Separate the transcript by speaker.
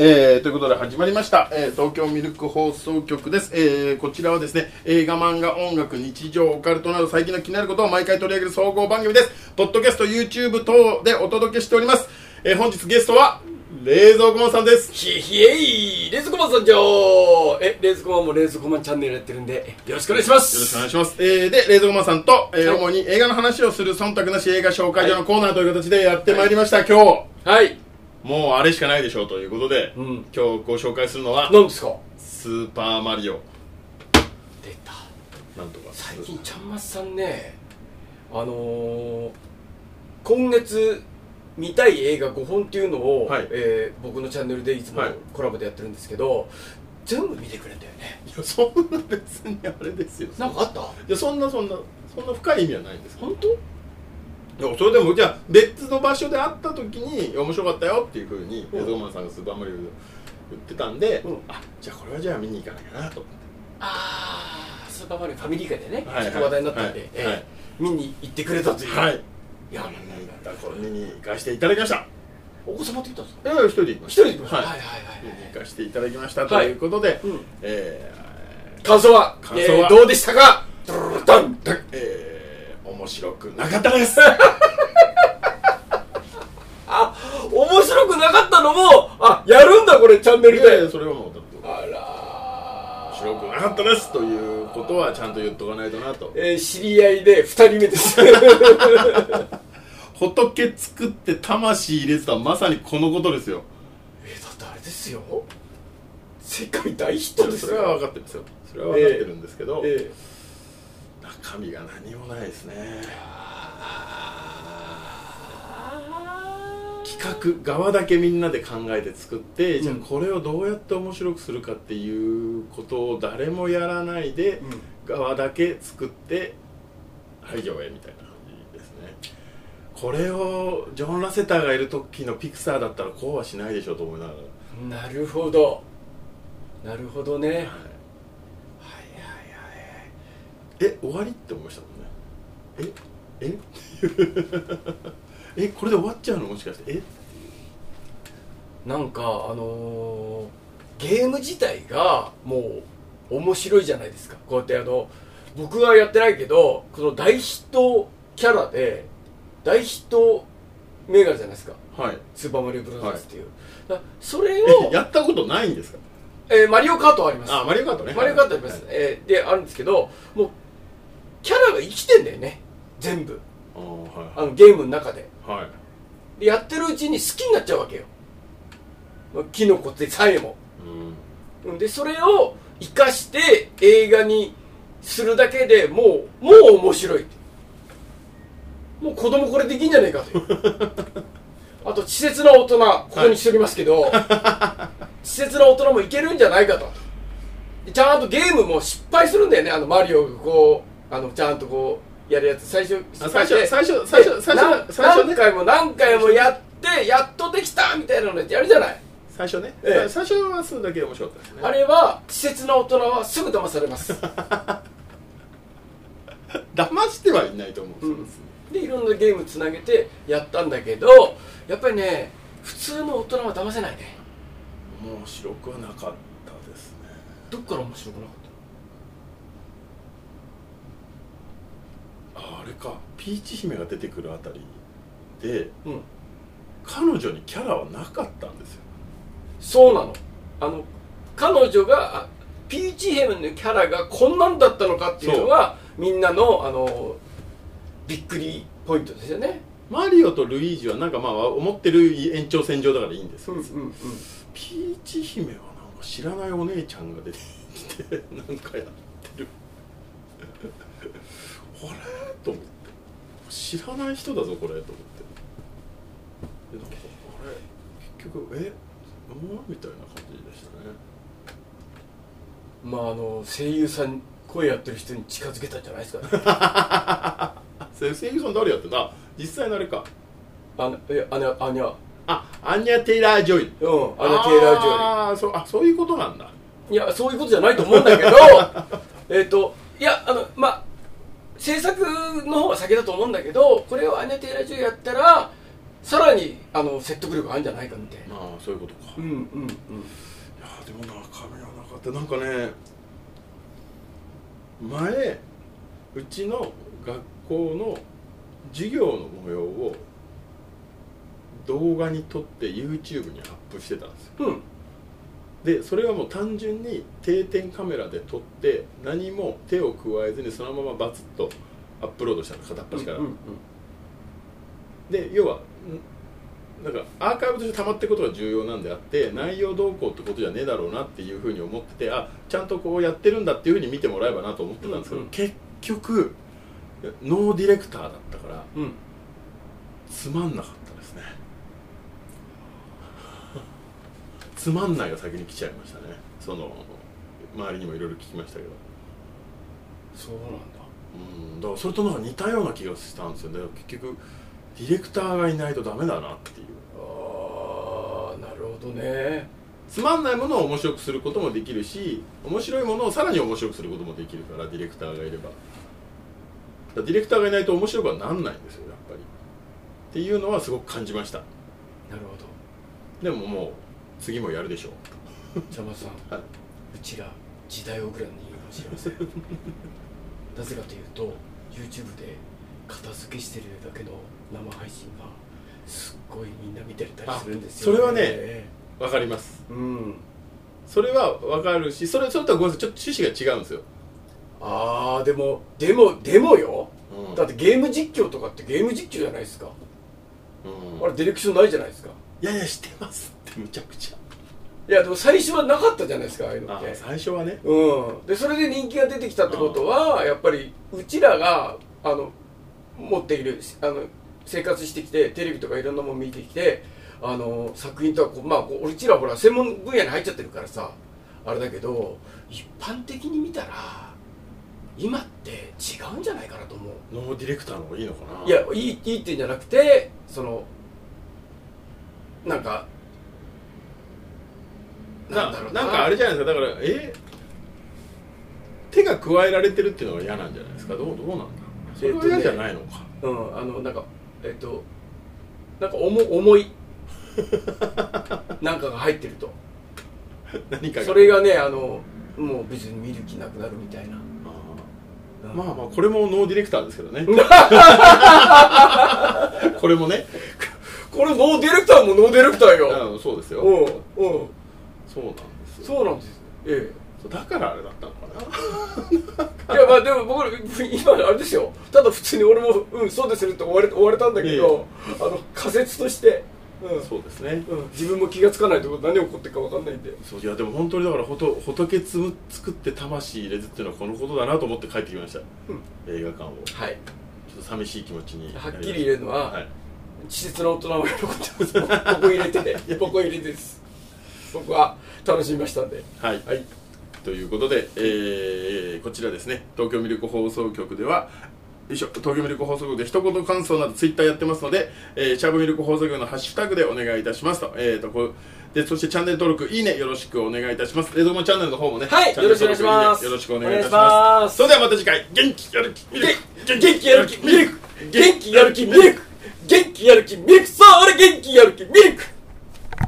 Speaker 1: えーということで始まりました、えー東京ミルク放送局です、えーこちらはですね映画漫画音楽日常オカルトなど最近の気になることを毎回取り上げる総合番組ですポッドキャスト YouTube 等でお届けしております、えー本日ゲストは冷蔵庫マンさんです
Speaker 2: ひひえいレーズコマンさんじゃーえ、レーズコマンもレーズコマンチャンネルやってるんで、よろしくお願いします
Speaker 1: よろしくお願いします。えー、で、冷蔵庫マンさんと、えー
Speaker 2: はい
Speaker 1: 主に映画の話をする忖度なし映画紹介所のコーナーという形でやってまいりました、今日。
Speaker 2: はい
Speaker 1: もうあれしかないでしょうということで、
Speaker 2: うん
Speaker 1: 今日ご紹介するのは、
Speaker 2: 何ですか
Speaker 1: スーパーマリオ。
Speaker 2: 出た
Speaker 1: なんとか。
Speaker 2: 最近ちゃんまつさんねあのー、今月見たい映画5本っていうのを、
Speaker 1: はい
Speaker 2: えー僕のチャンネルでいつも
Speaker 1: はい
Speaker 2: コラボでやってるんですけど、全部見てくれたよね
Speaker 1: いや、そんな別にあれですよ。
Speaker 2: なんかあった
Speaker 1: いや、そんなそんな、そんな深い意味はないんですけど
Speaker 2: 本当
Speaker 1: いやそれでも、じゃあ、別の場所で会った時に、いや面白かったよっていうふうに、冷蔵庫マンさんがスーパーマリオで言ってたんで、
Speaker 2: うん
Speaker 1: あ、じゃあこれはじゃあ見に行かなきゃなと思って。
Speaker 2: あースーパーマリオファミリー会でね、
Speaker 1: はいはい
Speaker 2: ちょっと話題になったんで、
Speaker 1: はい
Speaker 2: え
Speaker 1: はい
Speaker 2: ー見に行ってくれたという、、
Speaker 1: はいい。
Speaker 2: や
Speaker 1: 見に行った頃見に行かせていただきました。
Speaker 2: お子様って言ったんですか
Speaker 1: ええ一人で行きま
Speaker 2: 一
Speaker 1: した
Speaker 2: 人で行きました、
Speaker 1: はい、
Speaker 2: はい
Speaker 1: 見
Speaker 2: はい
Speaker 1: に
Speaker 2: はい
Speaker 1: 行かせていただきましたということで、
Speaker 2: うん
Speaker 1: えー
Speaker 2: 感想は
Speaker 1: 感想は
Speaker 2: えーどうでしたかドロロロドン
Speaker 1: えー面白くなかったです
Speaker 2: あ面白くなかったのもあやるんだこれチャンネルで、
Speaker 1: それはもうだって面
Speaker 2: あらー
Speaker 1: 白くなかったですということはちゃんと言っとかないとなと
Speaker 2: えー知り合いで2人目です
Speaker 1: 仏作って魂入れてたまさにこのことですよ
Speaker 2: えだってあれですよ世界大ヒットです
Speaker 1: それは
Speaker 2: よ
Speaker 1: 分かってますよそれは分かってるんですけど、
Speaker 2: え
Speaker 1: 中身が何もないですね企画側だけみんなで考えて作って、じゃあ
Speaker 2: うん
Speaker 1: これをどうやって面白くするかっていうことを誰もやらないで、
Speaker 2: うん
Speaker 1: 側だけ作ってはい上映みたいな感じですねこれをジョン・ラセターがいる時のピクサーだったらこうはしないでしょうと思いながら、
Speaker 2: なるほどなるほどね、はいはい
Speaker 1: はい
Speaker 2: はいはい
Speaker 1: え終わりって思いましたもんねえええ これで終わっちゃうのもしかしてえ
Speaker 2: なんかあのーゲーム自体がもう面白いじゃないですかこうやってあの僕はやってないけどこの大ヒットキャラで大ヒット銘柄じゃないですか
Speaker 1: はい
Speaker 2: 「スーパーマリオブラザーズ」っていう、だそ
Speaker 1: え
Speaker 2: れを、
Speaker 1: やったことないんですか
Speaker 2: えーマリオカートはあります
Speaker 1: あマリオカートね
Speaker 2: マリオカートあります、
Speaker 1: はい
Speaker 2: えーであるんですけどもうキャラが生きてんだよね全部
Speaker 1: あー
Speaker 2: あ
Speaker 1: は
Speaker 2: のゲームの中で
Speaker 1: いはい
Speaker 2: でやってるうちに好きになっちゃうわけよまあキノコってさえも
Speaker 1: うん
Speaker 2: うんでそれを生かして映画にするだけでもうもう面白いもう子供これできんじゃねえかという あと稚拙な大人ここにしときますけど、稚拙な大人もいけるんじゃないかとでちゃんとゲームも失敗するんだよねあのマリオがこうあのちゃんとこうやるやつ最初
Speaker 1: あ
Speaker 2: 失
Speaker 1: 最
Speaker 2: 敗して
Speaker 1: 初最初最初最
Speaker 2: な
Speaker 1: 初最初ね
Speaker 2: 何回も何回もやってやっとできたみたいなのやるじゃない
Speaker 1: 最初ね、
Speaker 2: ええ
Speaker 1: 最初はそれだけ面白かったですね
Speaker 2: あれは稚拙な大人はすぐ騙され ます
Speaker 1: 騙してはいないと思うん
Speaker 2: うん
Speaker 1: ですよ、
Speaker 2: でいろんなゲームつなげてやったんだけどやっぱりね普通の大人は騙せないね
Speaker 1: 面白くはなかったですね
Speaker 2: どっから面白くなかっ
Speaker 1: ああれかピーチ姫が出てくるあたりで
Speaker 2: たうん
Speaker 1: 彼女にキャラはなかったんですよ
Speaker 2: そうなのあの彼女があピーチヘムのキャラがこんなんだったのかっていうのがみんなのあのびっくりポイントですよね
Speaker 1: マリオとルイージはなんかまあ思ってる延長線上だからいいんですけど、
Speaker 2: んうん
Speaker 1: ピーチ姫はなんか知らないお姉ちゃんが出てきて なんかやってる あれと思って知らない人だぞこれと思ってでなんかあれ結局えうんみたいな感じでしたね
Speaker 2: まああの声優さん声やってる人に近づけたんじゃないですか、 ね、
Speaker 1: せ声優さん誰やってんだ実際のあれか
Speaker 2: あのえあのあにゃ
Speaker 1: あアンニャ・テイラー・ジョイ
Speaker 2: うんあのテイラー・ジョリー
Speaker 1: あーそうあそういうことなんだ
Speaker 2: いやそういうことじゃないと思うんだけど えっといやあのまあ制作の方は先だと思うんだけどこれをアニャ・テイラー・ジュやったらさらにあの説得力あるんじゃないかみたいな
Speaker 1: まあそういうことか、
Speaker 2: う
Speaker 1: い
Speaker 2: んうんうん
Speaker 1: やでも中身はなかったなんかね前うちの学校の授業の模様を動画に撮って YouTube にアップしてたんですよ
Speaker 2: うん
Speaker 1: でそれはもう単純に定点カメラで撮って何も手を加えずにそのままバツッとアップロードしたの片っ端から、
Speaker 2: うんうん
Speaker 1: で要はんなんかアーカイブとして溜まっていくことが重要なんであって内容動向ってことじゃねえだろうなっていうふうに思っててあちゃんとこうやってるんだっていうふうに見てもらえばなと思ってたんですけど、
Speaker 2: うんうん
Speaker 1: 結局ノーディレクターだったから
Speaker 2: うんうん
Speaker 1: つまんなかったですねつまんないが先に来ちゃいましたねその周りにもいろいろ聞きましたけど
Speaker 2: そうなんだ
Speaker 1: うんだからそれとなんか似たような気がしたんですよね結局ディレクターがいないとダメだなっていう
Speaker 2: ああなるほどね
Speaker 1: つまんないものを面白くすることもできるし面白いものをさらに面白くすることもできるからディレクターがいればだからディレクターがいないと面白くはなんないんですよやっぱりっていうのはすごく感じました
Speaker 2: なるほど
Speaker 1: でももう次もやるでしょう
Speaker 2: 邪魔さん、
Speaker 1: はいう
Speaker 2: ちら時代遅れにいるかもしれません なぜかというと YouTube で片付けしてるだけの生配信がすっごいみんな見てたりするんですよ、
Speaker 1: あそれはねわかります
Speaker 2: うん
Speaker 1: それはわかるしそれちょっとごめんなさいちょっと趣旨が違うんですよ、
Speaker 2: あーでもでもでもよ
Speaker 1: うん
Speaker 2: だってゲーム実況とかってゲーム実況じゃないですか
Speaker 1: うん
Speaker 2: あれディレクションないじゃないですか
Speaker 1: いやいやしてますってむちゃくちゃ
Speaker 2: いやでも最初はなかったじゃないですかああいうのっ
Speaker 1: あ
Speaker 2: て
Speaker 1: 最初はね
Speaker 2: うん、でそれで人気が出てきたってことはやっぱりうちらがあの持っているあの生活してきてテレビとかいろんなもの見てきてあの作品とはこうまあこううちらほら専門分野に入っちゃってるからさあれだけど一般的に見たら今って違うんじゃないかなと思う
Speaker 1: ノーディレクターの方がいいのかない
Speaker 2: いやいいいいってんじゃなくてそのなんか
Speaker 1: ななんかあれじゃないですかだからえ手が加えられてるっていうのが嫌なんじゃないですかどうどうなんだそれは嫌じゃないのか、
Speaker 2: うん、あのなんかえっとなんか重重 いなんかが入ってると
Speaker 1: 何かが
Speaker 2: それがねあのもう別に見る気なくなるみたいな、
Speaker 1: あー
Speaker 2: うん
Speaker 1: まあまあこれもノーディレクターですけ どねこれもね
Speaker 2: これノーディレクターもノーディレクターよ
Speaker 1: うんそうですよ
Speaker 2: うんうん
Speaker 1: そうなんですよ
Speaker 2: そうなんですえ
Speaker 1: だからあれだったのかな
Speaker 2: えいやまあでも僕今あれですよただ普通に俺も「うんそうですね」って終われ終われたんだけどあの仮説として、う
Speaker 1: そうですね
Speaker 2: んうん、自分も気がつかないってこと何起こってるか分かんないんで
Speaker 1: そういやでも本当にだからほと仏つむ作って魂入れずっていうのはこのことだなと思って帰ってきました、映画館をちょ
Speaker 2: はい
Speaker 1: っと寂しい気持ちに
Speaker 2: はっきり入れるのは、
Speaker 1: はい
Speaker 2: 稚拙な大人は喜んでます僕入れてて僕入れてです僕は楽しみましたんで
Speaker 1: はい、
Speaker 2: はい
Speaker 1: ということで、えーこちらですね東京ミルク放送局ではよいしょ東京ミルク放送局で一言感想などツイッターやってますので、えーシャープミルク放送局のハッシュタグでお願いいたしますと,、えー、とこでそしてチャンネル登録いいねよろしくお願いいたしますレドモチャンネルの方もね
Speaker 2: はい
Speaker 1: チャンネル登録
Speaker 2: よろしくお
Speaker 1: ねよろしくお願
Speaker 2: 願いします
Speaker 1: いいたし
Speaker 2: お願いし
Speaker 1: ま
Speaker 2: ます
Speaker 1: すそれではまた次回元気やる気ミルク
Speaker 2: 元気やる気ミルク元気やる気ミルク元気やる気ミルクさあ俺元気やる気ミルク